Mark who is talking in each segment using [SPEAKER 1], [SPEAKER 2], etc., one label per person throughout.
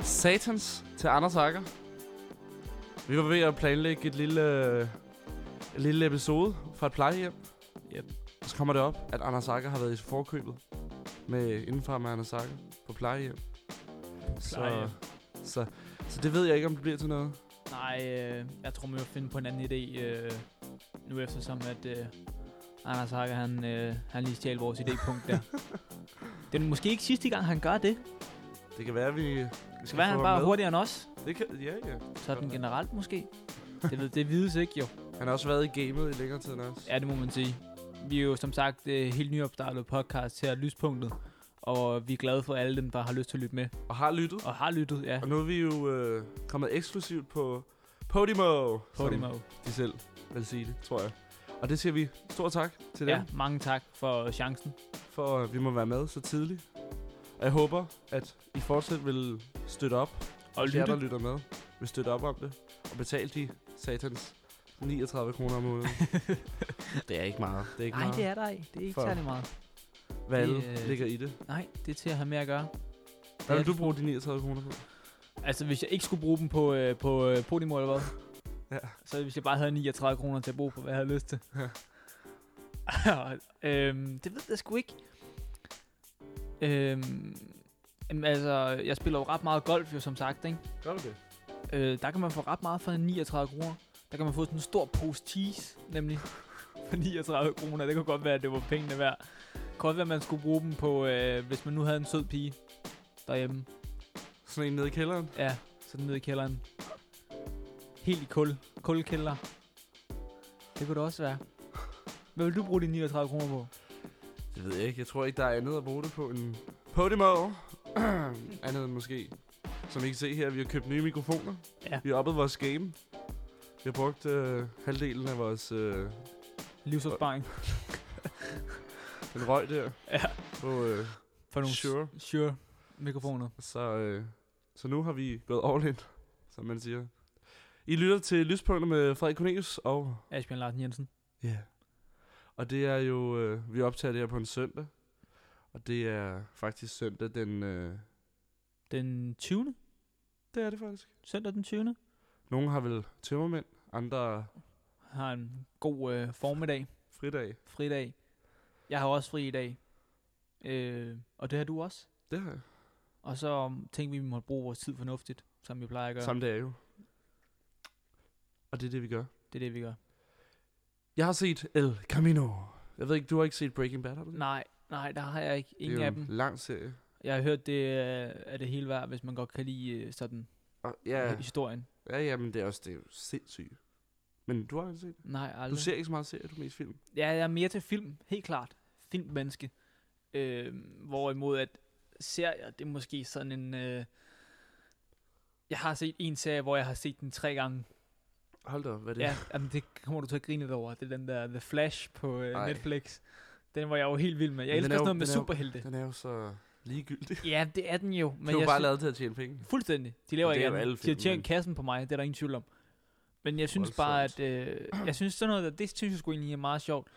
[SPEAKER 1] satans til Anders Akker. Vi var ved at planlægge et lille, øh, et lille episode fra et plejehjem. Ja. Og så kommer det op, at Anders Akker har været i forkøbet med indenfra med Anders Akker på plejehjem.
[SPEAKER 2] plejehjem.
[SPEAKER 1] Så, så, så det ved jeg ikke, om det bliver til noget.
[SPEAKER 2] Nej, øh, jeg tror, man vil finde på en anden idé øh, nu eftersom, at øh, Anders Hager, han, øh, han lige stjal vores idépunkt der. det er måske ikke sidste gang, han gør det.
[SPEAKER 1] Det kan være, at vi...
[SPEAKER 2] Det skal være, han bare er hurtigere end os.
[SPEAKER 1] Det kan, ja, ja.
[SPEAKER 2] Sådan generelt måske. Det, ved, det vides ikke jo.
[SPEAKER 1] Han har også været i gamet i længere tid end os.
[SPEAKER 2] Ja, det må man sige. Vi er jo som sagt øh, helt nyopstartet podcast her, Lyspunktet. Og øh, vi er glade for alle dem, der har lyst til at lytte med.
[SPEAKER 1] Og har lyttet.
[SPEAKER 2] Og har lyttet, ja.
[SPEAKER 1] Og nu er vi jo øh, kommet eksklusivt på Podimo.
[SPEAKER 2] På det
[SPEAKER 1] Som de selv vil sige det, tror jeg. Og det siger vi stor tak til dem,
[SPEAKER 2] Ja,
[SPEAKER 1] ja.
[SPEAKER 2] mange tak for chancen.
[SPEAKER 1] for at vi må være med så tidligt. Og jeg håber, at I fortsat vil støtte op.
[SPEAKER 2] Og
[SPEAKER 1] Hvis jer, der
[SPEAKER 2] lytte.
[SPEAKER 1] lytter med, vil støtte op om det. Og betale de satans 39 kroner om måneden. det er ikke meget. Det er ikke
[SPEAKER 2] Nej,
[SPEAKER 1] meget.
[SPEAKER 2] det er der ikke. Det er ikke
[SPEAKER 1] For-
[SPEAKER 2] særlig meget.
[SPEAKER 1] Hvad
[SPEAKER 2] det,
[SPEAKER 1] alle
[SPEAKER 2] øh,
[SPEAKER 1] ligger i det.
[SPEAKER 2] Nej, det er til at have med at gøre.
[SPEAKER 1] Hvad
[SPEAKER 2] er
[SPEAKER 1] vil du
[SPEAKER 2] det
[SPEAKER 1] bruge de 39 kroner på?
[SPEAKER 2] Altså, hvis jeg ikke skulle bruge dem på, øh, på øh, Podimo eller hvad?
[SPEAKER 1] Ja.
[SPEAKER 2] Så hvis jeg bare havde 39 kroner til at bruge på, hvad jeg havde lyst til. øhm, det ved jeg sgu ikke. Øhm, jamen, altså, jeg spiller jo ret meget golf jo, som sagt, ikke?
[SPEAKER 1] Gør du det?
[SPEAKER 2] Øh, der kan man få ret meget for 39 kroner. Der kan man få sådan en stor pose cheese, nemlig. For 39 kroner. Det kunne godt være, at det var pengene værd. Det kunne godt være, at man skulle bruge dem på, øh, hvis man nu havde en sød pige derhjemme.
[SPEAKER 1] Sådan en nede i kælderen.
[SPEAKER 2] Ja, så den nede i kælderen. Helt i kul. Kulkælder. Det kunne det også være. Hvad vil du bruge de 39 kroner på?
[SPEAKER 1] Det ved jeg ikke. Jeg tror ikke, der er andet at bruge det på end Podimo. andet end måske. Som I kan se her, vi har købt nye mikrofoner.
[SPEAKER 2] Ja.
[SPEAKER 1] Vi har oppet vores game. Vi har brugt øh, halvdelen af vores øh,
[SPEAKER 2] Livsopsparing.
[SPEAKER 1] den røg der
[SPEAKER 2] Ja.
[SPEAKER 1] på øh,
[SPEAKER 2] For nogle
[SPEAKER 1] Sure.
[SPEAKER 2] sure mikrofoner.
[SPEAKER 1] Så, øh, så nu har vi gået all in, som man siger. I lytter til Lyspunkter med Frederik Cornelius og...
[SPEAKER 2] Asbjørn Larsen Jensen.
[SPEAKER 1] Ja. Yeah. Og det er jo... Øh, vi optager det her på en søndag. Og det er faktisk søndag den... Øh,
[SPEAKER 2] Den 20.
[SPEAKER 1] det er det faktisk.
[SPEAKER 2] Søndag den 20.
[SPEAKER 1] Nogle har vel tømmermænd, andre
[SPEAKER 2] Har en god øh, formiddag.
[SPEAKER 1] fridag.
[SPEAKER 2] Fridag. Jeg har også fri i dag. Øh, og det har du også.
[SPEAKER 1] Det har jeg.
[SPEAKER 2] Og så tænkte vi, at vi måtte bruge vores tid fornuftigt, som vi plejer at
[SPEAKER 1] Ja.
[SPEAKER 2] gøre.
[SPEAKER 1] Samme dag jo. Og det er det, vi gør.
[SPEAKER 2] Det er det, vi gør.
[SPEAKER 1] Jeg har set El Camino. Jeg ved ikke, du har ikke set Breaking Bad, har du det?
[SPEAKER 2] Nej, nej, der har jeg ikke. Ingen
[SPEAKER 1] det er
[SPEAKER 2] af
[SPEAKER 1] jo
[SPEAKER 2] dem.
[SPEAKER 1] en lang serie.
[SPEAKER 2] Jeg har hørt, det øh, er det hele værd, hvis man godt kan lide øh, sådan
[SPEAKER 1] Og,
[SPEAKER 2] ja.
[SPEAKER 1] ja,
[SPEAKER 2] historien.
[SPEAKER 1] ja, ja, men det er også det er jo sindssygt. Men du har ikke set det.
[SPEAKER 2] Nej,
[SPEAKER 1] Du
[SPEAKER 2] aldrig.
[SPEAKER 1] ser ikke så meget serie, du er mest film.
[SPEAKER 2] Ja, jeg er mere til film, helt klart. Filmmenneske. Øh, hvorimod at serier, det er måske sådan en... Øh, jeg har set en serie, hvor jeg har set den tre gange.
[SPEAKER 1] Hold da op, hvad er det?
[SPEAKER 2] Ja, jamen, det kommer du til at grine lidt over. Det er den der The Flash på øh,
[SPEAKER 1] Ej.
[SPEAKER 2] Netflix. Den var jeg jo helt vild med. Jeg
[SPEAKER 1] Men den er
[SPEAKER 2] elsker
[SPEAKER 1] jo-
[SPEAKER 2] sådan noget med
[SPEAKER 1] den er jo-
[SPEAKER 2] superhelte.
[SPEAKER 1] Den er jo så ligegyldig.
[SPEAKER 2] Ja, det er den jo. Men
[SPEAKER 1] Men det er jo
[SPEAKER 2] jeg
[SPEAKER 1] bare
[SPEAKER 2] sy-
[SPEAKER 1] lavet til at tjene penge.
[SPEAKER 2] Fuldstændig. De laver
[SPEAKER 1] Og det
[SPEAKER 2] ikke
[SPEAKER 1] er jo
[SPEAKER 2] andet.
[SPEAKER 1] alle
[SPEAKER 2] De har
[SPEAKER 1] film,
[SPEAKER 2] tjent
[SPEAKER 1] men-
[SPEAKER 2] kassen på mig, det er der ingen tvivl om. Men jeg synes bare, at... Øh, jeg synes sådan noget, der, det synes jeg sgu egentlig er meget sjovt.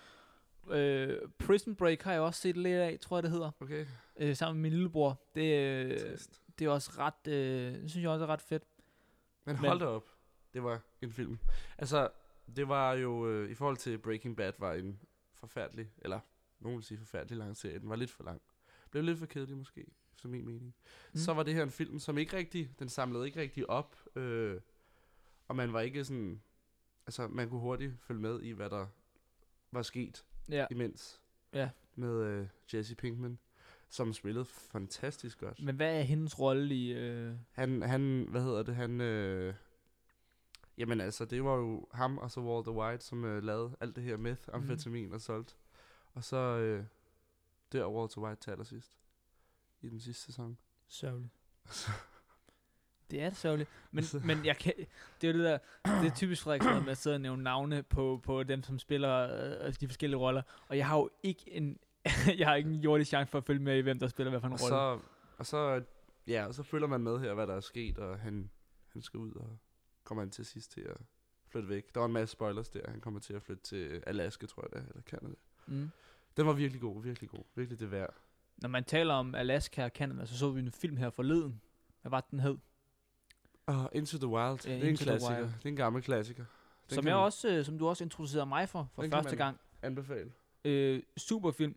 [SPEAKER 2] Øh, Prison Break har jeg også set lidt af, tror jeg det hedder.
[SPEAKER 1] Okay,
[SPEAKER 2] Øh, sammen med min lillebror. Det, øh,
[SPEAKER 1] trist.
[SPEAKER 2] det er også ret... Øh, det synes jeg også er ret fedt.
[SPEAKER 1] Men
[SPEAKER 2] men-
[SPEAKER 1] hold da op. Det var en film. Altså, det var jo, øh, i forhold til Breaking Bad, var en forfærdelig, eller nogen vil sige forfærdelig lang serie. Den var lidt for lang. Blev lidt for kedelig måske, efter min mening. Mm. Så var det her en film, som ikke rigtig, den samlede ikke rigtig op. Øh, og man var ikke sådan, altså man kunne hurtigt følge med i, hvad der var sket
[SPEAKER 2] Ja,
[SPEAKER 1] imens.
[SPEAKER 2] Ja.
[SPEAKER 1] Med øh, Jesse Pinkman, som spillede fantastisk godt.
[SPEAKER 2] men hvad er hendes rolle i... Øh,
[SPEAKER 1] Han, han, hvad hedder det, han, øh, jamen altså, det var jo ham og så Walter White, som øh, lavede alt det her meth, amfetamin
[SPEAKER 2] Mhm.
[SPEAKER 1] mm. og solgt. Og så øh, dør Walter White til allersidst, i den sidste sæson.
[SPEAKER 2] Sørgeligt. Det er sørgeligt. Men,
[SPEAKER 1] Altså.
[SPEAKER 2] men jeg kan, det er jo det der, det er typisk Frederik, sådan noget med at sidde og nævne navne på, på dem, som spiller øh, de forskellige roller. Og jeg har jo ikke en, jeg har ikke en jordig chance for at følge med i, hvem der spiller hvad for en
[SPEAKER 1] Og
[SPEAKER 2] rolle.
[SPEAKER 1] så, og så, ja, og så følger man med her, hvad der er sket, og han, han skal ud, og kommer han til sidst til at flytte væk. Der var en masse spoilers der, han kommer til at flytte til Alaska, tror jeg det er, eller Canada.
[SPEAKER 2] Mm.
[SPEAKER 1] Den var virkelig god, virkelig god, virkelig det værd.
[SPEAKER 2] Når man taler om Alaska og Canada, så så vi en film her forleden. Hvad var det, den hed?
[SPEAKER 1] Oh, Into the Wild.
[SPEAKER 2] Ja,
[SPEAKER 1] det er en
[SPEAKER 2] Into the
[SPEAKER 1] klassiker.
[SPEAKER 2] Wild.
[SPEAKER 1] Det er en gammel klassiker. Den
[SPEAKER 2] Som,
[SPEAKER 1] kan
[SPEAKER 2] jeg
[SPEAKER 1] man
[SPEAKER 2] også, øh, som du også introducerede mig for, for
[SPEAKER 1] Den kan
[SPEAKER 2] første
[SPEAKER 1] man-
[SPEAKER 2] gang.
[SPEAKER 1] Anbefale.
[SPEAKER 2] Øh, super film.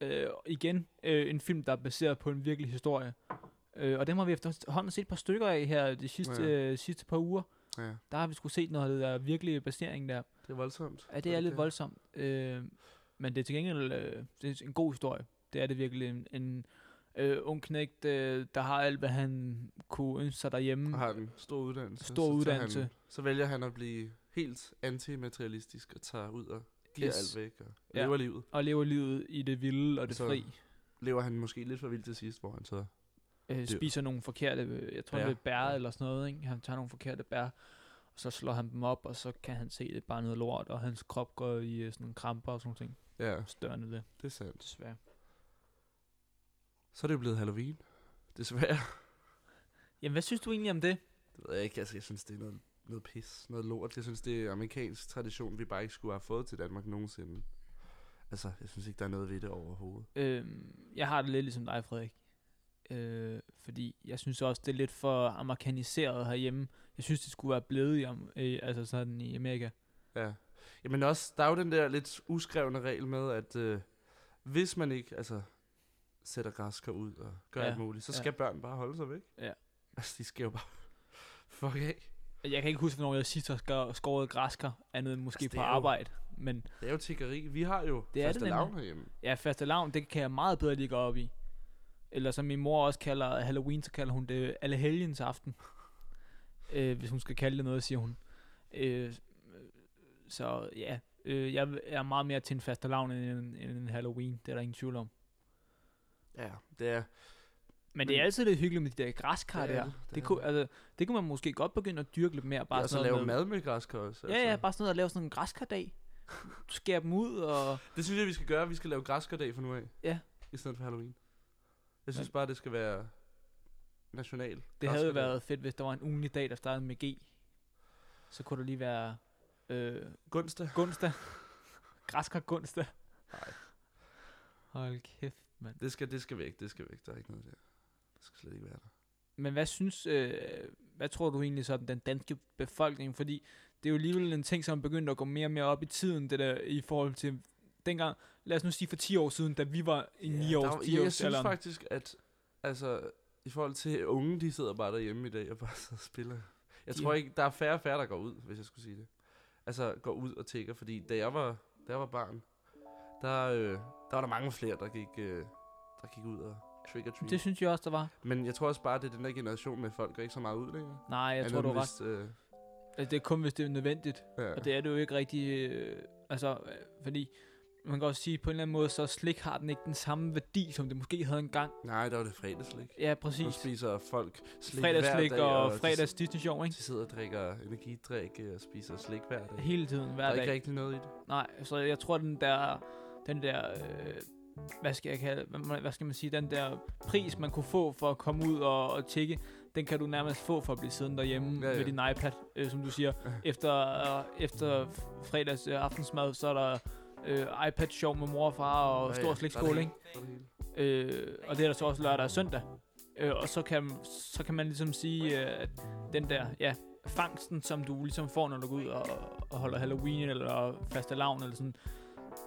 [SPEAKER 2] Øh, igen, øh, en film, der er baseret på en virkelig historie. Øh, og dem har vi efterhånden set et par stykker af her de sidste,
[SPEAKER 1] Ja.
[SPEAKER 2] ja. øh, sidste par uger.
[SPEAKER 1] Ja,
[SPEAKER 2] Der har vi skulle set noget af det der virkelig basering der.
[SPEAKER 1] det er voldsomt.
[SPEAKER 2] Ja, det er lidt voldsomt. Øh, men det er til gengæld øh, det er en god historie. Det er det virkelig. En, en øh, ung knægt, øh, der har alt, hvad han kunne ønske sig derhjemme.
[SPEAKER 1] Og har en stor uddannelse.
[SPEAKER 2] Stor
[SPEAKER 1] så tager
[SPEAKER 2] uddannelse.
[SPEAKER 1] Han, så vælger han at blive helt antimaterialistisk og tager ud og giver
[SPEAKER 2] Yes.
[SPEAKER 1] alt væk og
[SPEAKER 2] Ja.
[SPEAKER 1] ja. lever livet.
[SPEAKER 2] Og lever livet i det vilde og det
[SPEAKER 1] Så-
[SPEAKER 2] fri.
[SPEAKER 1] Lever han måske lidt for vildt til sidst, hvor han så...
[SPEAKER 2] øh,
[SPEAKER 1] Dyr.
[SPEAKER 2] spiser nogle forkerte, øh, jeg tror
[SPEAKER 1] Bær.
[SPEAKER 2] det er bær
[SPEAKER 1] Ja.
[SPEAKER 2] eller sådan noget, ikke? han tager nogle forkerte bær, og så slår han dem op, og så kan han se, det er bare noget lort, og hans krop går i øh, sådan nogle kramper og sådan nogle ting.
[SPEAKER 1] Ja,
[SPEAKER 2] Større end det,
[SPEAKER 1] det er sandt.
[SPEAKER 2] desværre.
[SPEAKER 1] Så er det jo blevet Halloween. Desværre.
[SPEAKER 2] Jamen, hvad synes du egentlig om det?
[SPEAKER 1] Det ved jeg ikke, altså jeg synes, det er noget, noget pis, noget lort. Jeg synes, det er amerikansk tradition, vi bare ikke skulle have fået til Danmark nogensinde. Altså, jeg synes ikke, der er noget ved det overhovedet.
[SPEAKER 2] Øhm, jeg har det lidt ligesom dig, Frederik. Øh, fordi jeg synes også, det er lidt for amerikaniseret herhjemme. Jeg synes, det skulle være blevet i, am- øh, altså sådan i Amerika.
[SPEAKER 1] Ja. Jamen også, der er jo den der lidt uskrevne regel med, at øh, hvis man ikke altså, sætter græskar ud og gør
[SPEAKER 2] Ja,
[SPEAKER 1] alt muligt, så
[SPEAKER 2] ja.
[SPEAKER 1] skal børn bare holde sig væk.
[SPEAKER 2] Ja.
[SPEAKER 1] Altså, de skal jo bare fuck af.
[SPEAKER 2] Jeg kan ikke huske, hvornår jeg sidst har skå- skåret græsker, andet end måske
[SPEAKER 1] Altså, det
[SPEAKER 2] på
[SPEAKER 1] er jo-
[SPEAKER 2] arbejde. Men
[SPEAKER 1] Det er jo tiggeri. Vi har jo
[SPEAKER 2] Det
[SPEAKER 1] det
[SPEAKER 2] er
[SPEAKER 1] første
[SPEAKER 2] det nemlig.
[SPEAKER 1] lavn herhjemme.
[SPEAKER 2] Ja, faste lavn, det kan jeg meget bedre lige gå op i. Eller som min mor også kalder Halloween, så kalder hun det alle helgens aften. øh, hvis hun skal kalde det noget, siger hun. Øh, så ja, øh, jeg er meget mere til en faste lavn end, en- end en Halloween, det er der ingen tvivl om.
[SPEAKER 1] Ja, det er...
[SPEAKER 2] Men det er
[SPEAKER 1] Men-
[SPEAKER 2] altid lidt hyggeligt med de der græskar
[SPEAKER 1] Det er
[SPEAKER 2] der.
[SPEAKER 1] det,
[SPEAKER 2] Det,
[SPEAKER 1] det er
[SPEAKER 2] det, kunne, altså, det kunne man måske godt begynde at dyrke lidt mere. Bare
[SPEAKER 1] Bare ja, så
[SPEAKER 2] sådan
[SPEAKER 1] lave
[SPEAKER 2] noget
[SPEAKER 1] mad
[SPEAKER 2] med-
[SPEAKER 1] med græskar også. altså.
[SPEAKER 2] Ja, ja, bare sådan noget at lave sådan en græskardag. Skære dem ud og...
[SPEAKER 1] Det synes jeg, vi skal gøre. Vi skal lave græskardag for nu af.
[SPEAKER 2] Ja.
[SPEAKER 1] I stedet for Halloween. Jeg synes
[SPEAKER 2] Men-
[SPEAKER 1] bare, det skal være national.
[SPEAKER 2] Det havde jo
[SPEAKER 1] græskardag.
[SPEAKER 2] været fedt, hvis der var en ugenlig dag, der startede med G. Så kunne der lige være øh,
[SPEAKER 1] Gunsdag.
[SPEAKER 2] Gunsta. Græskar Gunsta.
[SPEAKER 1] Nej.
[SPEAKER 2] Hold kæft, mand.
[SPEAKER 1] Det skal, det skal væk, det skal væk. Der er ikke noget der. Det skal slet ikke være der.
[SPEAKER 2] Men hvad synes, øh, hvad tror du egentlig sådan, den danske befolkning, fordi det er jo alligevel en ting, som er begyndt at gå mere og mere op i tiden, det der i forhold til dengang, lad os nu sige for 10 år siden, da vi var i 9
[SPEAKER 1] der
[SPEAKER 2] års,
[SPEAKER 1] var-
[SPEAKER 2] 10
[SPEAKER 1] jeg, jeg
[SPEAKER 2] års
[SPEAKER 1] synes
[SPEAKER 2] alderen.
[SPEAKER 1] faktisk, at altså, i forhold til unge, de sidder bare derhjemme i dag og bare sidder og spiller. Jeg tror
[SPEAKER 2] Ja.
[SPEAKER 1] ikke, der er færre og færre, der går ud, hvis jeg skulle sige det. Altså går ud og tigger, fordi da jeg var, da jeg var barn, der, øh, der var der mange flere, der gik, øh, der gik ud og trick or treat.
[SPEAKER 2] Det synes jeg også, der var.
[SPEAKER 1] Men jeg tror også bare, det er den der generation med, at folk går ikke så meget ud længere.
[SPEAKER 2] Nej, jeg tror, du har ret.
[SPEAKER 1] Øh,
[SPEAKER 2] Altså, Det er kun, hvis det er nødvendigt.
[SPEAKER 1] ja.
[SPEAKER 2] Og det er det jo ikke rigtig, øh, altså, øh, fordi man kan også sige, på en eller anden måde, så slik har den ikke den samme værdi, som det måske havde engang.
[SPEAKER 1] Nej, der var det fredagslik.
[SPEAKER 2] Ja,
[SPEAKER 1] Nu
[SPEAKER 2] præcis.
[SPEAKER 1] spiser folk slik hver
[SPEAKER 2] Fredagsslik
[SPEAKER 1] dag,
[SPEAKER 2] og,
[SPEAKER 1] de-
[SPEAKER 2] fredags Disney Show,
[SPEAKER 1] De
[SPEAKER 2] ikke?
[SPEAKER 1] sidder og drikker energidrik øh, og spiser slik hver dag.
[SPEAKER 2] Hele tiden,
[SPEAKER 1] Der
[SPEAKER 2] hver
[SPEAKER 1] er ikke
[SPEAKER 2] dag.
[SPEAKER 1] rigtig noget i det.
[SPEAKER 2] Nej, så jeg tror, den der, den der, øh, hvad skal jeg kalde, hvad, hvad skal man sige, den der pris, man kunne få for at komme ud og, og tjekke, den kan du nærmest få for at blive siddende derhjemme
[SPEAKER 1] Ja,
[SPEAKER 2] ja,
[SPEAKER 1] ja.
[SPEAKER 2] ja. med din iPad, øh, som du siger. Efter, øh, efter f- fredags øh, aftensmad, så er der øh, iPad-show med mor og far og ja,
[SPEAKER 1] Ja, ja,
[SPEAKER 2] stor ja,
[SPEAKER 1] der er
[SPEAKER 2] slikskål,
[SPEAKER 1] det
[SPEAKER 2] ikke?
[SPEAKER 1] hele. Der er det hele.
[SPEAKER 2] Øh, og det er der så også lørdag og søndag. Øh, og så kan, så kan man ligesom sige, øh, at den der, ja, fangsten, som du ligesom får, når du går ud og, og holder Halloween eller faste lavn eller sådan,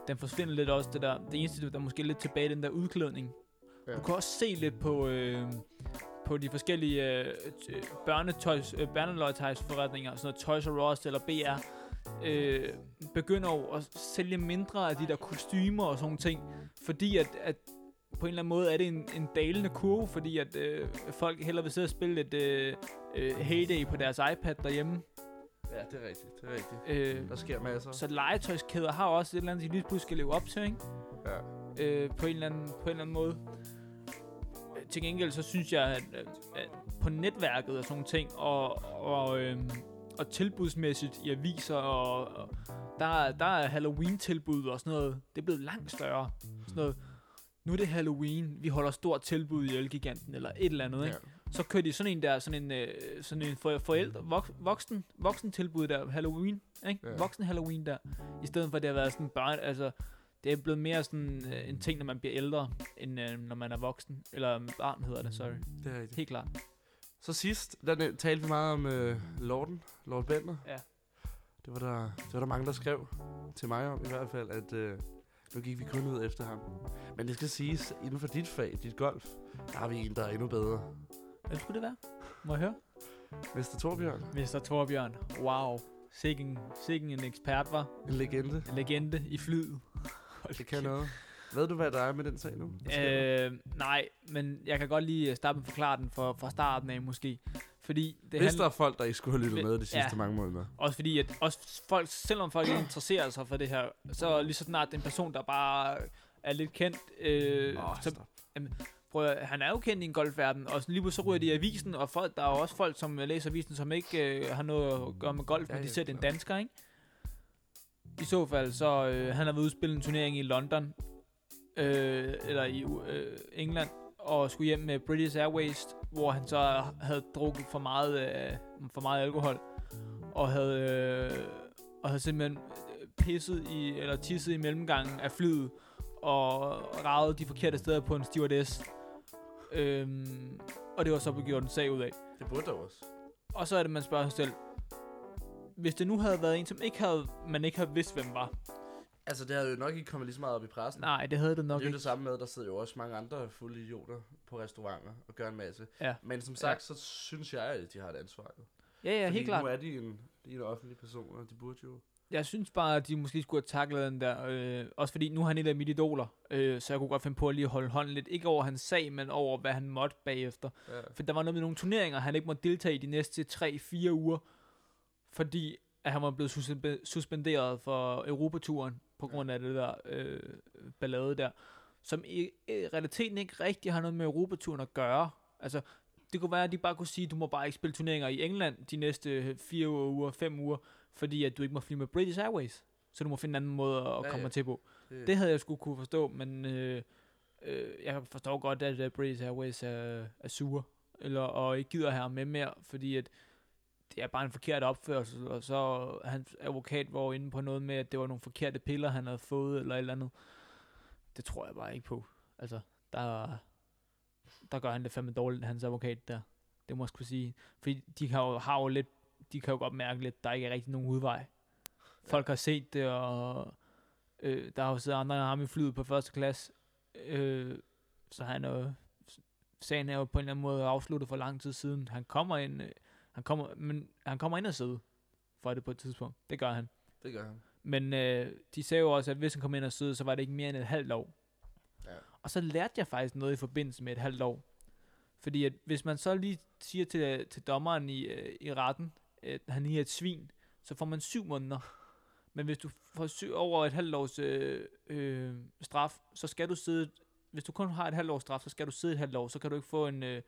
[SPEAKER 2] den forsvinder lidt også, det der. Det eneste, der er måske lidt tilbage, den der udklædning.
[SPEAKER 1] Ja.
[SPEAKER 2] Ja. Du kan også se lidt på, øh, på de forskellige øh, t- øh, børnetøjs, øh, børneløjtøjsforretninger, sådan noget Toys R Us eller BR, øh, begynder jo at sælge mindre af de der kostymer og sådan nogle ting, fordi at, at på en eller anden måde er det en, en dalende kurve, fordi at øh, folk hellere vil sidde og spille lidt øh, øh, Heyday på deres iPad derhjemme.
[SPEAKER 1] Ja, det er rigtigt. Det er rigtigt.
[SPEAKER 2] Øh,
[SPEAKER 1] Der sker masser.
[SPEAKER 2] så legetøjskæder har også et eller andet, de lige pludselig skal leve op til, ikke?
[SPEAKER 1] Ja.
[SPEAKER 2] øh, på, en eller anden, på en eller anden måde. Øh, Til gengæld så synes jeg, at, øh, at på netværket og sådan nogle ting, og, og, øh, og tilbudsmæssigt i aviser, og, og der, er- der er Halloween-tilbud og sådan noget. Det er blevet langt større. Sådan noget. Nu er det Halloween, vi holder stort tilbud i Elgiganten, eller et eller andet, ikke?
[SPEAKER 1] Ja.
[SPEAKER 2] Så kører de sådan en der, sådan en, øh, sådan en for, forældre, vok, voksen, voksen tilbud der, Halloween, ikke?
[SPEAKER 1] Ja.
[SPEAKER 2] Ja. Voksen Halloween der, i stedet for at det har været sådan børn, altså, det er blevet mere sådan øh, en ting, når man bliver ældre, end øh, når man er voksen, eller øh, barn hedder det, sorry.
[SPEAKER 1] Det er rigtigt.
[SPEAKER 2] Helt klart.
[SPEAKER 1] Så sidst, der øh, talte vi meget om øh, Lorden, Lord Bender.
[SPEAKER 2] Ja.
[SPEAKER 1] Det var, der, det var der mange, der skrev til mig om i hvert fald, at øh, nu gik vi kun ud efter ham. Men det skal siges, inden for dit fag, dit golf, der har vi en, der er endnu bedre.
[SPEAKER 2] Hvad skulle det være? Må jeg høre?
[SPEAKER 1] Mester Torbjørn,
[SPEAKER 2] Mester Torbjørn. Wow. Sikken, sikken en ekspert var.
[SPEAKER 1] en legende.
[SPEAKER 2] En legende i flyet. Hold
[SPEAKER 1] Det kan
[SPEAKER 2] kæft.
[SPEAKER 1] noget. Ved du, hvad der er med den sag nu? Hvad sker der?
[SPEAKER 2] Øh, nej, men jeg kan godt lige øh, starte med at forklare den fra, fra starten af måske. Fordi det
[SPEAKER 1] Hvis
[SPEAKER 2] handler-
[SPEAKER 1] der er folk, der ikke skulle have lyttet
[SPEAKER 2] Vi-
[SPEAKER 1] med de sidste
[SPEAKER 2] ja.
[SPEAKER 1] mange måneder.
[SPEAKER 2] Også fordi, at også folk, selvom folk ikke interesserer sig for det her, så lige så snart det er en person, der bare er lidt kendt, øh,
[SPEAKER 1] Åh,
[SPEAKER 2] oh, så,
[SPEAKER 1] stop.
[SPEAKER 2] prøv at, han er jo kendt i en golfverden, og sådan lige pludselig så ryger de i avisen, og folk, der er jo også folk, som læser avisen, som ikke øh, har noget at gøre med golf,
[SPEAKER 1] Ja,
[SPEAKER 2] ja, men de
[SPEAKER 1] ja,
[SPEAKER 2] ser den
[SPEAKER 1] klart.
[SPEAKER 2] dansker, ikke? I så fald, så øh, han har været ude at spille en turnering i London, øh, eller i øh, England, og skulle hjem med British Airways, hvor han så havde drukket for meget, øh, for meget alkohol, og havde, øh, og havde simpelthen øh, pisset i, eller tisset i mellemgangen af flyet, og raget de forkerte steder på en stewardess. Øhm, og det var så blevet gjort en sag ud af.
[SPEAKER 1] Det burde der også.
[SPEAKER 2] Og så er det, man spørger sig selv, hvis det nu havde været en, som ikke havde, man ikke havde vidst, hvem var.
[SPEAKER 1] Altså, det havde jo nok ikke kommet lige så meget op i pressen.
[SPEAKER 2] Nej, det havde det nok
[SPEAKER 1] Det er jo
[SPEAKER 2] ikke.
[SPEAKER 1] det samme med, at der sidder jo også mange andre fulde idioter på restauranter og gør en masse.
[SPEAKER 2] Ja.
[SPEAKER 1] Men som sagt, så synes jeg, at de har et ansvar. Jo.
[SPEAKER 2] Ja, ja,
[SPEAKER 1] Fordi
[SPEAKER 2] helt klart.
[SPEAKER 1] nu er de en, de er en offentlig person, og de burde jo...
[SPEAKER 2] Jeg synes bare, at de måske skulle have taklet den der. Øh, også fordi nu er han et af mine idoler. Øh, så jeg kunne godt finde på at lige holde hånden lidt. Ikke over hans sag, men over, hvad han måtte bagefter.
[SPEAKER 1] Ja.
[SPEAKER 2] For der var noget med nogle turneringer, han ikke måtte deltage i de næste 3-4 uger, fordi at han var blevet suspe- suspenderet for Europaturen på grund af det der øh, ballade der, som i, i realiteten ikke rigtig har noget med Europaturen at gøre. Altså, det kunne være, at de bare kunne sige, at du må bare ikke spille turneringer i England de næste 4 uger, 5 uger, fordi at du ikke må flyve med British Airways. Så du må finde en anden måde at
[SPEAKER 1] ja.
[SPEAKER 2] komme ja. til på.
[SPEAKER 1] Det,
[SPEAKER 2] Det havde jeg sgu kunne forstå, men øh, øh, jeg forstår godt, at øh, British Airways er, er sure, eller, og ikke gider have ham med mere, fordi at det er bare en forkert opførsel, og så hans advokat var jo inde på noget med, at det var nogle forkerte piller, han havde fået, eller et eller andet. Det tror jeg bare ikke på. Altså, der, der gør han det fandme dårligt, hans advokat der. Det må jeg sgu sige. Fordi de kan jo, har jo lidt, de kan jo godt mærke lidt, der ikke er rigtig nogen udvej. Folk har set det, og øh, der har jo siddet andre end ham i flyet på første klasse. Øh, så han er jo, sagen er jo på en eller anden måde afsluttet for lang tid siden. Han kommer ind, øh, han kommer, men han kommer ind og sidde for det på et tidspunkt. Det gør han.
[SPEAKER 1] det gør han.
[SPEAKER 2] Men øh, de sagde jo også, at hvis han kom ind og sidde, så var det ikke mere end et halvt år.
[SPEAKER 1] Ja.
[SPEAKER 2] Og så lærte jeg faktisk noget i forbindelse med et halvt år. Fordi at hvis man så lige siger til, til dommeren i, øh, i retten, at han lige er et svin, så får man syv måneder. Men hvis du får syv over et halvt års øh, øh, straf, så skal du sidde... Hvis du kun har et halvt års straf, så skal du sidde et halvt år, så kan du ikke få en, øh,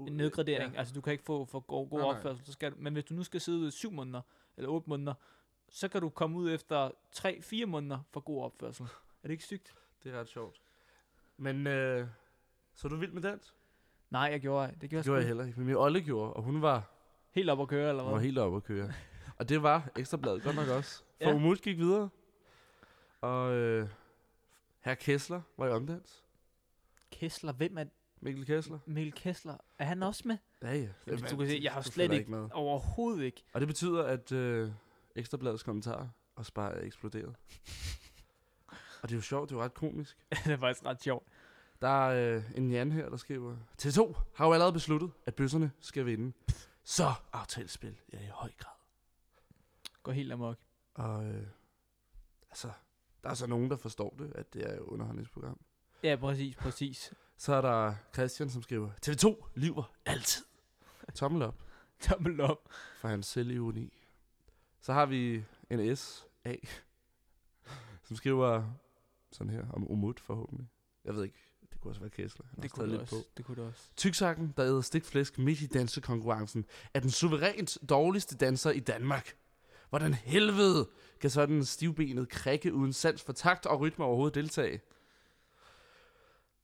[SPEAKER 2] en nedgradering. Ja. Altså, du kan ikke få for god, god
[SPEAKER 1] Nej, nej.
[SPEAKER 2] opførsel. Så skal du, men hvis du nu skal sidde 7 måneder, eller 8 måneder, så kan du komme ud efter 3-4 måneder for god opførsel. Er det ikke sygt?
[SPEAKER 1] Det er ret sjovt. Men øh, så er du vild med dans?
[SPEAKER 2] Nej, jeg gjorde ej. Det gjorde,
[SPEAKER 1] Det gjorde
[SPEAKER 2] jeg
[SPEAKER 1] jeg
[SPEAKER 2] sgu
[SPEAKER 1] heller ikke, men min Olle gjorde, og hun var,
[SPEAKER 2] ikke. helt op at køre, eller
[SPEAKER 1] hun
[SPEAKER 2] hvad?
[SPEAKER 1] var helt oppe at køre. og det var Ekstrabladet godt nok også. For
[SPEAKER 2] Ja.
[SPEAKER 1] ja. Umut gik videre, og øh, herr Kessler var i omdans.
[SPEAKER 2] Kessler, hvem er
[SPEAKER 1] Mikkel Kessler.
[SPEAKER 2] Mikkel Kessler? Er han også med?
[SPEAKER 1] Ja, ja.
[SPEAKER 2] Jamen, du kan se, jeg har
[SPEAKER 1] Du
[SPEAKER 2] slet
[SPEAKER 1] følger
[SPEAKER 2] ikke-
[SPEAKER 1] med.
[SPEAKER 2] Overhovedet ikke.
[SPEAKER 1] Og det betyder, at øh, Ekstrabladets kommentarer og spar er eksploderet. og det er jo sjovt, det er jo ret komisk.
[SPEAKER 2] det er faktisk ret sjovt.
[SPEAKER 1] Der er øh, en Jan her, der skriver, T2 har jo allerede besluttet, at bøsserne skal vinde. Så aftalespil, ja i høj grad.
[SPEAKER 2] Går helt amok.
[SPEAKER 1] Og øh, altså, der er så nogen, der forstår det, at det er jo underholdningsprogram.
[SPEAKER 2] Ja, præcis, præcis.
[SPEAKER 1] Så er der Christian, som skriver, TV2 lyver altid. Tommel op
[SPEAKER 2] Tommel op.
[SPEAKER 1] for hans selvironi. Så har vi en S.A., som skriver sådan her, om Umut forhåbentlig. Jeg ved ikke, det kunne også være Kessler. Han har taget
[SPEAKER 2] Det kunne, det,
[SPEAKER 1] lidt på.
[SPEAKER 2] også. det kunne det også.
[SPEAKER 1] Tyksakken, der æder stikflæsk midt i dansekonkurrencen, er den suverænt dårligste danser i Danmark. Hvordan helvede kan sådan en stivbenet krikke uden sans for takt og rytme overhovedet deltage?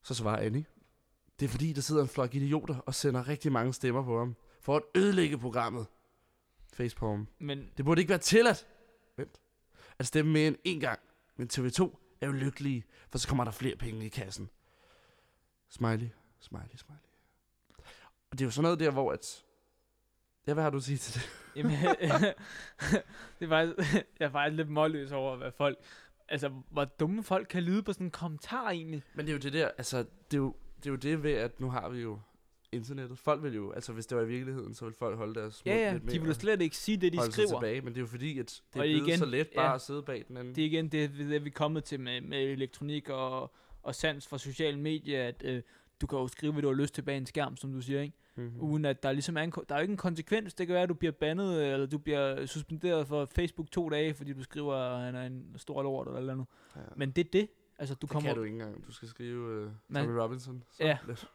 [SPEAKER 1] Så svarer Annie. Det er fordi, der sidder en flok idioter og sender rigtig mange stemmer på ham. For at ødelægge programmet. Facepalm.
[SPEAKER 2] Men
[SPEAKER 1] Det burde ikke være tilladt. Vent. At stemme med en en gang. Men TV2 er jo lykkelige, for så kommer der flere penge i kassen. Smiley, smiley, smiley. Og det er jo sådan noget der, hvor at Ja, hvad har du at sige til det?
[SPEAKER 2] Jamen, det er faktisk, jeg er faktisk lidt målløs over, hvad folk... Altså, hvor dumme folk kan lyde på sådan en kommentar egentlig.
[SPEAKER 1] Men det er jo det der, altså, det er jo det, er jo det ved, at nu har vi jo internettet. Folk vil jo, altså hvis det var i virkeligheden, så vil folk holde deres
[SPEAKER 2] Ja,
[SPEAKER 1] mund
[SPEAKER 2] ja,
[SPEAKER 1] lidt mere
[SPEAKER 2] de vil jo slet ikke sige det,
[SPEAKER 1] og
[SPEAKER 2] de
[SPEAKER 1] holde sig
[SPEAKER 2] skriver.
[SPEAKER 1] tilbage, men det er jo fordi, at det er
[SPEAKER 2] Og
[SPEAKER 1] blevet
[SPEAKER 2] igen,
[SPEAKER 1] så let
[SPEAKER 2] ja.
[SPEAKER 1] bare at sidde bag den anden.
[SPEAKER 2] Det er igen det, det vi er kommet til med, med elektronik og, og sans for sociale medier, at øh, du kan jo skrive, hvad du har lyst til bag en skærm, som du siger, ikke?
[SPEAKER 1] mm-hmm.
[SPEAKER 2] Uden at der ligesom er, en, ko- der er jo ikke en konsekvens. Det kan være, at du bliver bandet, eller du bliver suspenderet for Facebook to dage, fordi du skriver, at han er en stor lort eller et eller andet.
[SPEAKER 1] ja. Men
[SPEAKER 2] Men det er det. Altså, du
[SPEAKER 1] du kommer...
[SPEAKER 2] kommer...
[SPEAKER 1] kan du ikke engang. Du skal skrive uh,
[SPEAKER 2] Man-
[SPEAKER 1] Tommy Robinson. Så
[SPEAKER 2] Ja.
[SPEAKER 1] Lidt.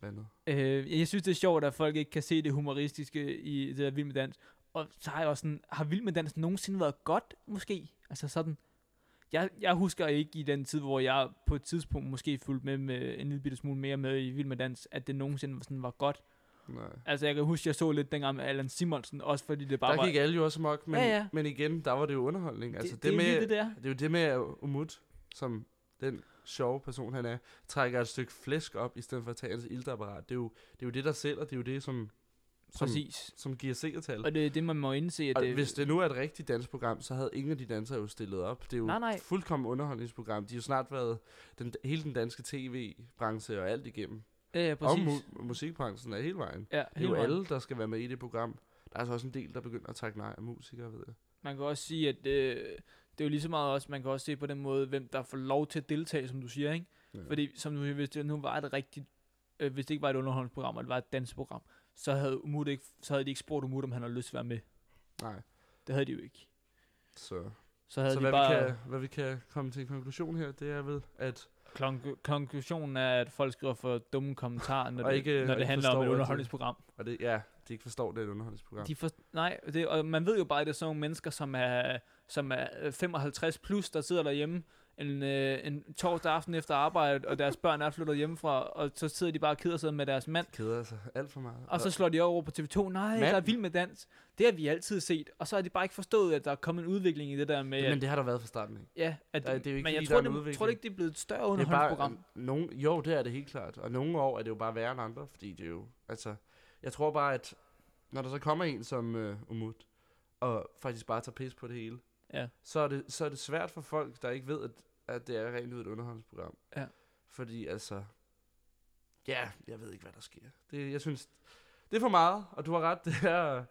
[SPEAKER 1] Vandet.
[SPEAKER 2] Øh, jeg synes, det er sjovt, at folk ikke kan se det humoristiske i det der Vild med Dans. Og så har jeg også sådan, har Vild med Dans nogensinde været godt, måske? Altså sådan, jeg, jeg husker ikke i den tid, hvor jeg på et tidspunkt måske fulgte med, med en lille bitte smule mere med i Vild med Dans, at det nogensinde sådan var godt.
[SPEAKER 1] Nej.
[SPEAKER 2] Altså jeg kan huske, jeg så lidt dengang med Allan Simonsen, også fordi det bare
[SPEAKER 1] Der
[SPEAKER 2] var...
[SPEAKER 1] gik alle jo også amok, men,
[SPEAKER 2] Ja, ja.
[SPEAKER 1] men igen, der var det jo underholdning.
[SPEAKER 2] det,
[SPEAKER 1] altså,
[SPEAKER 2] det, det, er
[SPEAKER 1] med,
[SPEAKER 2] lige det der.
[SPEAKER 1] det er jo det med, at Umut, som den sjove person han er, trækker et stykke flæsk op, i stedet for at tage hans ildapparat. Det er jo det, er jo det der sælger, det er jo det, som, som,
[SPEAKER 2] Præcis.
[SPEAKER 1] som giver seertal.
[SPEAKER 2] Og det er det, man må indse, at
[SPEAKER 1] Og
[SPEAKER 2] det...
[SPEAKER 1] hvis det nu er et rigtigt dansprogram, så havde ingen af de dansere jo stillet op. Det er jo
[SPEAKER 2] Nej, nej.
[SPEAKER 1] et fuldkommen underholdningsprogram. De har jo snart været den, hele den danske tv-branche og alt igennem.
[SPEAKER 2] Ja, ja,
[SPEAKER 1] Og
[SPEAKER 2] præcis.
[SPEAKER 1] mu- musikbranchen er hele vejen.
[SPEAKER 2] ja,
[SPEAKER 1] Det er jo
[SPEAKER 2] helt
[SPEAKER 1] alle, der skal være med i det program. Der er altså også en del, der begynder at trække nej af musikere, ved jeg.
[SPEAKER 2] Man kan også sige, at øh, det er jo lige så meget også, man kan også se på den måde, hvem der får lov til at deltage, som du siger, ikke?
[SPEAKER 1] Ja.
[SPEAKER 2] Fordi som du siger, hvis det nu var et rigtigt, øh, hvis det ikke var et underholdningsprogram, og det var et danseprogram, så havde, Umut ikke, så havde de ikke spurgt Umut, om han havde lyst til at være med.
[SPEAKER 1] Nej,
[SPEAKER 2] Det havde de jo ikke.
[SPEAKER 1] så...
[SPEAKER 2] Så havde
[SPEAKER 1] Så
[SPEAKER 2] de
[SPEAKER 1] hvad,
[SPEAKER 2] bare...
[SPEAKER 1] vi kan, hvad vi kan komme til en konklusion her, det er vel, at...
[SPEAKER 2] Klonk- konklusionen er, at folk skriver for dumme kommentarer, når
[SPEAKER 1] Og
[SPEAKER 2] det,
[SPEAKER 1] ikke-
[SPEAKER 2] når
[SPEAKER 1] og
[SPEAKER 2] det
[SPEAKER 1] ikke
[SPEAKER 2] handler om
[SPEAKER 1] forstår,
[SPEAKER 2] et
[SPEAKER 1] at det-
[SPEAKER 2] underholdningsprogram.
[SPEAKER 1] Og det, ja, de ikke forstår, det er et underholdningsprogram.
[SPEAKER 2] De for, nej, det, og man ved jo bare, at det er sådan nogle mennesker, som er, som er øh, 55 plus, der sidder derhjemme en, øh, en torsdag aften efter arbejde, og deres børn er flyttet hjemmefra, og så sidder de bare og keder sig med deres mand.
[SPEAKER 1] keder sig alt for meget.
[SPEAKER 2] Og så slår de over på TV2, nej, der er
[SPEAKER 1] Manden.
[SPEAKER 2] vild med dans. Det har vi altid set. Og så har de bare ikke forstået, at der er kommet en udvikling i det der med...
[SPEAKER 1] men
[SPEAKER 2] At,
[SPEAKER 1] det har der været fra starten, ikke?
[SPEAKER 2] ja, at,
[SPEAKER 1] der- det er jo ikke
[SPEAKER 2] men jeg
[SPEAKER 1] fordi, der
[SPEAKER 2] tror,
[SPEAKER 1] er en
[SPEAKER 2] det,
[SPEAKER 1] udvikling.
[SPEAKER 2] tror du ikke, det er blevet et større
[SPEAKER 1] Det er bare,
[SPEAKER 2] underholdningsprogram.
[SPEAKER 1] øh, nogen, jo, det er det helt klart. Og nogle år er det jo bare værre end andre, fordi det er jo... Altså, jeg tror bare, at når der så kommer en som øh, Umut, og faktisk bare tager pis på det hele,
[SPEAKER 2] Ja.
[SPEAKER 1] så, er det, så er det svært for folk, der ikke ved, at, at det er rent ud et underholdningsprogram.
[SPEAKER 2] Ja.
[SPEAKER 1] Fordi altså... Ja, jeg ved ikke, hvad der sker. Det, jeg synes, det er for meget, og du har ret, det er,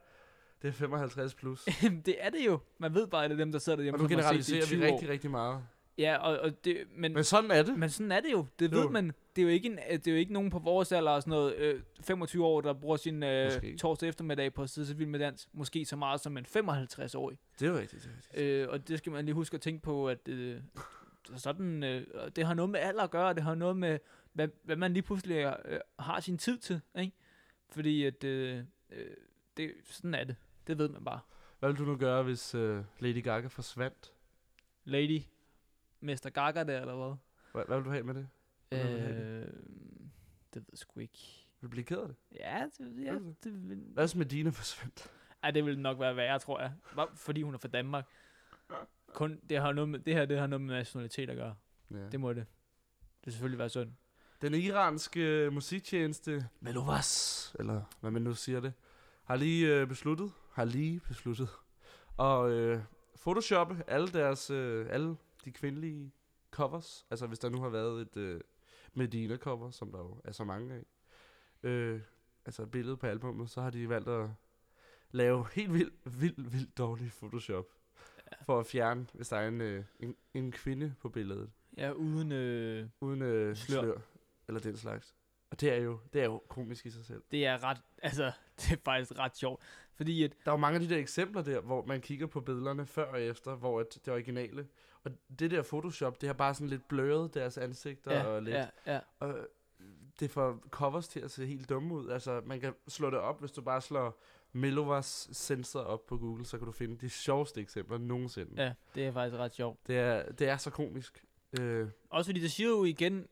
[SPEAKER 1] det er 55 plus.
[SPEAKER 2] det er det jo. Man ved bare, at det er dem, der sidder
[SPEAKER 1] og
[SPEAKER 2] derhjemme,
[SPEAKER 1] nu
[SPEAKER 2] som har set det i
[SPEAKER 1] generaliserer vi
[SPEAKER 2] 20
[SPEAKER 1] rigtig,
[SPEAKER 2] år.
[SPEAKER 1] rigtig meget.
[SPEAKER 2] Ja, og, og det, men,
[SPEAKER 1] Men sådan er det.
[SPEAKER 2] Men sådan er det jo. Det
[SPEAKER 1] Det er
[SPEAKER 2] ved
[SPEAKER 1] jo-
[SPEAKER 2] man. Det er jo ikke, en, øh, det er jo ikke nogen på vores alder og sådan noget, øh, 25 år, der bruger sin
[SPEAKER 1] Måske.
[SPEAKER 2] øh, torsdag eftermiddag på at sidde så vild med dans. Måske så meget som en 55-årig.
[SPEAKER 1] Det er jo rigtigt, det er rigtigt.
[SPEAKER 2] Øh, og det skal man lige huske at tænke på, at øh, sådan, øh, og det har noget med alder at gøre, og det har noget med, hvad, hvad man lige pludselig øh, har sin tid til. Ikke? Fordi at, øh, øh, det, sådan er det. Det ved man bare.
[SPEAKER 1] Hvad ville du nu gøre, hvis øh, Lady Gaga forsvandt?
[SPEAKER 2] Lady, Mester Gaga der, eller hvad?
[SPEAKER 1] Hvad, hvad vil du have med det? Hvad vil du have det?
[SPEAKER 2] Øh, det ved jeg sgu ikke.
[SPEAKER 1] Vil du blive ked af det?
[SPEAKER 2] Ja, det, ja,
[SPEAKER 1] Er det
[SPEAKER 2] det, vil...
[SPEAKER 1] Hvad hvis Medina forsvandt?
[SPEAKER 2] Ej, det ville nok være værre, tror jeg. Bare fordi hun er fra Danmark. Kun, det, har noget med, det her det har noget med nationalitet at gøre.
[SPEAKER 1] Ja.
[SPEAKER 2] Det må det. Det vil selvfølgelig være synd.
[SPEAKER 1] Den iranske musiktjeneste, Melovas, eller hvad man nu siger det, har lige øh, besluttet, har lige besluttet, at øh, photoshoppe alle deres, øh, alle de kvindelige covers, altså hvis der nu har været et øh, Medina-cover, som der jo er så mange af, øh, altså et billede på albummet, så har de valgt at lave helt vildt, vildt, vildt dårlig Photoshop, for at fjerne, hvis der er en, øh, en, en kvinde på billedet
[SPEAKER 2] Ja, uden... Øh,
[SPEAKER 1] uden øh, slør.
[SPEAKER 2] Slør.
[SPEAKER 1] slør eller den slags. Og det er jo det er jo komisk i sig selv.
[SPEAKER 2] det er ret... Altså, det er faktisk ret sjovt. Fordi at...
[SPEAKER 1] Der er jo mange af de der eksempler der, hvor man kigger på billederne før og efter, hvor at det originale. Og det der Photoshop, det har bare sådan lidt bløret deres ansigter ja, og lidt. Ja.
[SPEAKER 2] ja, ja.
[SPEAKER 1] Og det får covers til at se helt dumme ud. Altså, man kan slå det op, hvis du bare slår Melovas sensor op på Google, så kan du finde de sjoveste eksempler nogensinde. Ja.
[SPEAKER 2] Ja, det er faktisk ret sjovt.
[SPEAKER 1] Det, er, det er så komisk. Øh,
[SPEAKER 2] Også fordi det siger jo igen...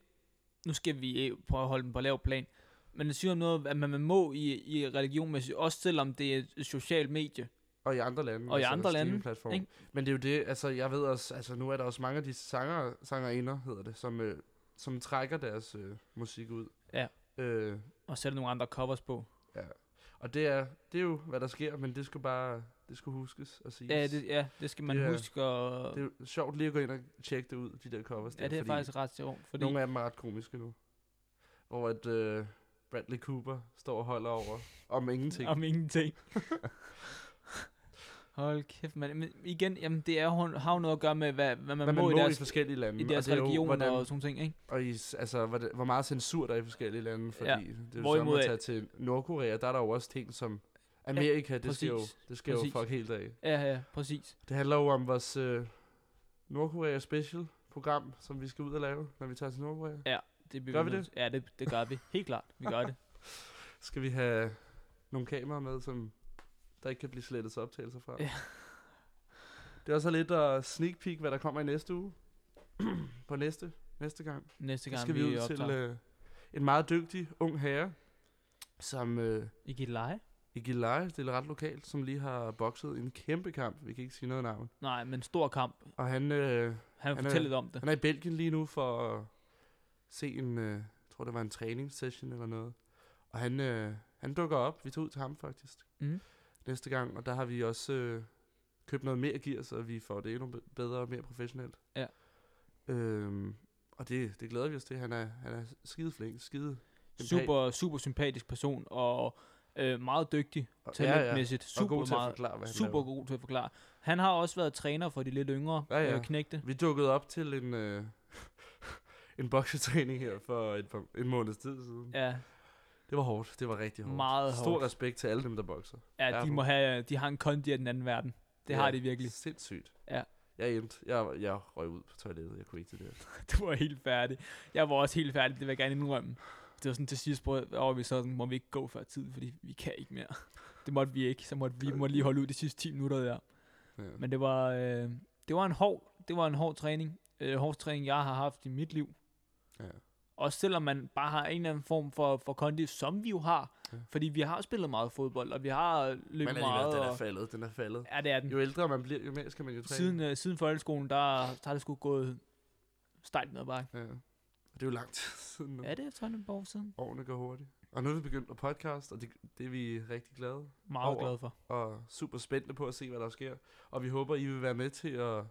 [SPEAKER 2] Nu skal vi øh, prøve at holde den på lav plan. Men det siger jo noget, at man, man må i, i religionmæssigt, også selvom det er et socialt medie.
[SPEAKER 1] Og i andre lande.
[SPEAKER 2] Og i andre lande,
[SPEAKER 1] Platform.
[SPEAKER 2] ikke?
[SPEAKER 1] Men det er jo det, altså jeg ved også, altså nu er der også mange af de sanger, sangerinder, hedder det, som, øh, som trækker deres øh, musik ud.
[SPEAKER 2] Ja.
[SPEAKER 1] Øh,
[SPEAKER 2] Og sætte nogle andre covers på.
[SPEAKER 1] ja. Og Og det er, det er jo, hvad der sker, men det skal bare det skal huskes at sige.
[SPEAKER 2] Ja, det, ja, det skal man
[SPEAKER 1] Det er-
[SPEAKER 2] huske. Og,
[SPEAKER 1] det er sjovt lige at gå ind og tjekke det ud, de der covers.
[SPEAKER 2] ja, det er
[SPEAKER 1] fordi
[SPEAKER 2] faktisk ret sjovt. Fordi,
[SPEAKER 1] Nogle af dem er ret komiske nu. Hvor at øh, Bradley Cooper står og holder over om ingenting.
[SPEAKER 2] Om ingenting. Hold kæft, man. Men igen, jamen, det er, jo- har jo noget at gøre med, hvad, hvad man,
[SPEAKER 1] hvad man
[SPEAKER 2] må, i deres,
[SPEAKER 1] i forskellige lande.
[SPEAKER 2] i deres
[SPEAKER 1] og det er jo,
[SPEAKER 2] religion
[SPEAKER 1] hvordan-
[SPEAKER 2] og sådan ting, ikke?
[SPEAKER 1] Og i, s- altså, hvor, det, hvor meget censur der er i forskellige lande, fordi
[SPEAKER 2] Ja,
[SPEAKER 1] ja. det er jo
[SPEAKER 2] hvorimod
[SPEAKER 1] samme at
[SPEAKER 2] at-
[SPEAKER 1] tage til Nordkorea, der er der jo også ting som Amerika, ja, det, skal jo,
[SPEAKER 2] præcis,
[SPEAKER 1] det skal jo
[SPEAKER 2] præcis.
[SPEAKER 1] fuck helt af.
[SPEAKER 2] Ja, ja, præcis.
[SPEAKER 1] Det handler jo om vores øh, Nordkorea special program, som vi skal ud og lave, når vi tager til Nordkorea.
[SPEAKER 2] Det bliver
[SPEAKER 1] Gør
[SPEAKER 2] vi
[SPEAKER 1] vi
[SPEAKER 2] nødt- Ja, det, det gør vi. Helt klart, vi gør det.
[SPEAKER 1] Skal vi have nogle kameraer med, som der ikke kan blive slettet så optagelser fra.
[SPEAKER 2] Ja.
[SPEAKER 1] Det er også lidt at sneak peek, hvad der kommer i næste uge. På næste, næste gang.
[SPEAKER 2] Næste
[SPEAKER 1] Så
[SPEAKER 2] gang,
[SPEAKER 1] skal vi
[SPEAKER 2] vi,
[SPEAKER 1] ud
[SPEAKER 2] optager.
[SPEAKER 1] til øh, en meget dygtig ung herre, som... Øh,
[SPEAKER 2] I kan lege?
[SPEAKER 1] I Gilleleje, det er ret lokalt, som lige har bokset en kæmpe kamp. Vi kan ikke sige noget navn.
[SPEAKER 2] Nej, men stor kamp.
[SPEAKER 1] Og han, øh,
[SPEAKER 2] Han,
[SPEAKER 1] Han er-
[SPEAKER 2] fortæller lidt om det.
[SPEAKER 1] han er i Belgien lige nu for at se en, øh, jeg tror det var en træningssession eller noget. Og han, øh, han dukker op. Vi tog ud til ham faktisk
[SPEAKER 2] Mhm.
[SPEAKER 1] næste gang. Og der har vi også øh, købt noget mere gear, så vi får det endnu be- bedre og mere professionelt.
[SPEAKER 2] Ja.
[SPEAKER 1] Øhm, og det, det glæder vi os til. Han er, han er skide flink, skide...
[SPEAKER 2] Super, super sympatisk person, og øh, meget dygtig
[SPEAKER 1] og-
[SPEAKER 2] talentmæssigt.
[SPEAKER 1] Og
[SPEAKER 2] Super,
[SPEAKER 1] god til at
[SPEAKER 2] meget,
[SPEAKER 1] forklare, hvad han
[SPEAKER 2] super
[SPEAKER 1] laver.
[SPEAKER 2] god til at forklare. Han har også været træner for de lidt yngre
[SPEAKER 1] Ja, ja.
[SPEAKER 2] Øh, knægte.
[SPEAKER 1] Vi dukkede op til en, øh, en boksetræning her for et, par, en måneds tid siden. Ja.
[SPEAKER 2] Ja,
[SPEAKER 1] Det var hårdt. Det var rigtig hårdt.
[SPEAKER 2] Meget
[SPEAKER 1] Stor
[SPEAKER 2] hårdt.
[SPEAKER 1] respekt til alle dem, der bokser.
[SPEAKER 2] ja,
[SPEAKER 1] Ja,
[SPEAKER 2] de
[SPEAKER 1] hun-
[SPEAKER 2] må have, øh, de har en kondi af den anden verden. Det
[SPEAKER 1] Ja.
[SPEAKER 2] har de virkelig.
[SPEAKER 1] Sindssygt.
[SPEAKER 2] Ja.
[SPEAKER 1] Jeg endte. Jeg, jeg røg ud på toilettet. Jeg kunne ikke til det. her.
[SPEAKER 2] Du var helt færdig. Jeg var også helt færdig, det vil jeg gerne indrømme. Det var sådan til sidst, hvor vi sådan, må vi ikke gå før tid, fordi vi kan ikke mere. Det måtte vi ikke, så måtte vi måtte lige holde ud de sidste 10 minutter der.
[SPEAKER 1] Ja.
[SPEAKER 2] Men det var, øh, det var en hård, det var en hård træning. Øh, hård træning, jeg har haft i mit liv.
[SPEAKER 1] Ja.
[SPEAKER 2] Også selvom man bare har en eller anden form for, for kondi, som vi jo har.
[SPEAKER 1] Ja.
[SPEAKER 2] Fordi vi har spillet meget fodbold, og vi har løbet
[SPEAKER 1] Men alligevel,
[SPEAKER 2] meget.
[SPEAKER 1] den er
[SPEAKER 2] Og,
[SPEAKER 1] faldet. Den er faldet.
[SPEAKER 2] ja, det er den.
[SPEAKER 1] Jo ældre man bliver, jo mere skal man jo træne.
[SPEAKER 2] Siden, øh, siden folkeskolen, der, der er det sgu gået stejlt ned ad bakke.
[SPEAKER 1] Ja. Og det er jo lang tid siden nu.
[SPEAKER 2] Ja, det er sådan et par år siden.
[SPEAKER 1] Årene går hurtigt. Og nu er vi begyndt at podcast, og det, det er vi rigtig glade
[SPEAKER 2] Meget
[SPEAKER 1] Over.
[SPEAKER 2] glad for.
[SPEAKER 1] og super spændte på at se, hvad der sker. Og vi håber, I vil være med til at,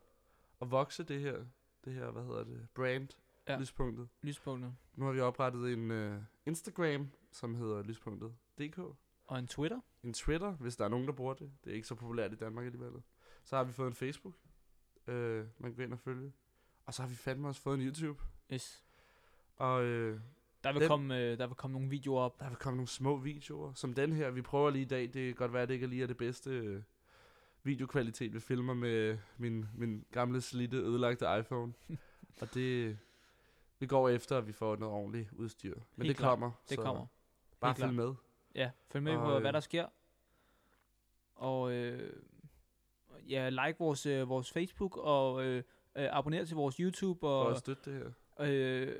[SPEAKER 1] at vokse det her, det her, hvad hedder det, brand,
[SPEAKER 2] Ja.
[SPEAKER 1] ja. Lyspunktet.
[SPEAKER 2] Lyspunktet.
[SPEAKER 1] Nu har vi oprettet en uh, Instagram, som hedder lyspunktet.dk.
[SPEAKER 2] Og en Twitter.
[SPEAKER 1] En Twitter, hvis der er nogen, der bruger det. Det er ikke så populært i Danmark alligevel. Så har vi fået en Facebook, øh, man kan gå ind og følge. Og så har vi fandme også fået en YouTube.
[SPEAKER 2] Yes.
[SPEAKER 1] Og øh,
[SPEAKER 2] Der vil,
[SPEAKER 1] Den-
[SPEAKER 2] komme, øh, der vil komme nogle videoer op.
[SPEAKER 1] der vil komme nogle små videoer, som den her, vi prøver lige i dag. Det kan godt være, at det ikke lige er det bedste øh, videokvalitet, vi filmer med min, min gamle, slidte, ødelagte iPhone. og det, vi går efter, at vi får noget ordentligt udstyr. Men
[SPEAKER 2] Helt
[SPEAKER 1] det
[SPEAKER 2] klart.
[SPEAKER 1] kommer.
[SPEAKER 2] Det
[SPEAKER 1] så
[SPEAKER 2] kommer.
[SPEAKER 1] Bare
[SPEAKER 2] Helt klart.
[SPEAKER 1] følg med.
[SPEAKER 2] Ja, følg med
[SPEAKER 1] Og,
[SPEAKER 2] på,
[SPEAKER 1] øh,
[SPEAKER 2] hvad der sker. Og øh, ja, like vores, øh, vores Facebook, og øh, øh, abonner til vores YouTube,
[SPEAKER 1] For at
[SPEAKER 2] og
[SPEAKER 1] støtte det her.
[SPEAKER 2] øh,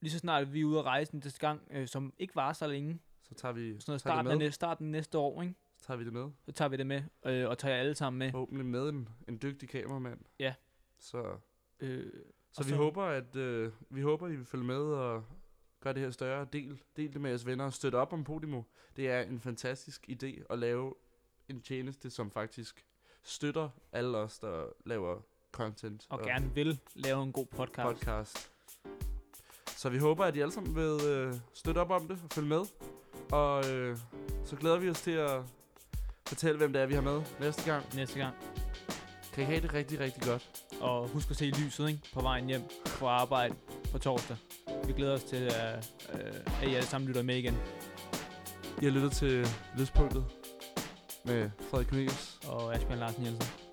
[SPEAKER 2] lige så snart vi er ude at rejse næste gang, øh, som ikke var så længe,
[SPEAKER 1] Så tager vi,
[SPEAKER 2] sådan noget
[SPEAKER 1] tager det
[SPEAKER 2] starten
[SPEAKER 1] med.
[SPEAKER 2] af, næste, starten af næste år, ikke?
[SPEAKER 1] Så tager vi det med.
[SPEAKER 2] så tager vi det med, øh, og tager jer alle sammen med.
[SPEAKER 1] Forhåbentlig med en, en dygtig kameramand.
[SPEAKER 2] Ja.
[SPEAKER 1] Så,
[SPEAKER 2] Øh,
[SPEAKER 1] så vi
[SPEAKER 2] så-
[SPEAKER 1] håber, at øh, vi håber, I vil følge med og gøre det her større. Del, del det med jeres venner og støtte op om Podimo. Det er en fantastisk idé at lave en tjeneste, som faktisk støtter alle os, der laver content
[SPEAKER 2] og gerne vil lave en god podcast.
[SPEAKER 1] podcast. Så vi håber, at I alle sammen vil øh, støtte op om det og følge med. Og øh, så glæder vi os til at fortælle, hvem det er, vi har med næste gang.
[SPEAKER 2] Næste gang.
[SPEAKER 1] Kan I have det rigtig, rigtig godt.
[SPEAKER 2] Og husk at se lyset ikke? på vejen hjem fra arbejde på torsdag. Vi glæder os til, øh, øh, at I alle sammen lytter med igen.
[SPEAKER 1] I har lyttet til Lydspunktet med Frederik Cornelius.
[SPEAKER 2] Og Asbjørn Larsen Jensen.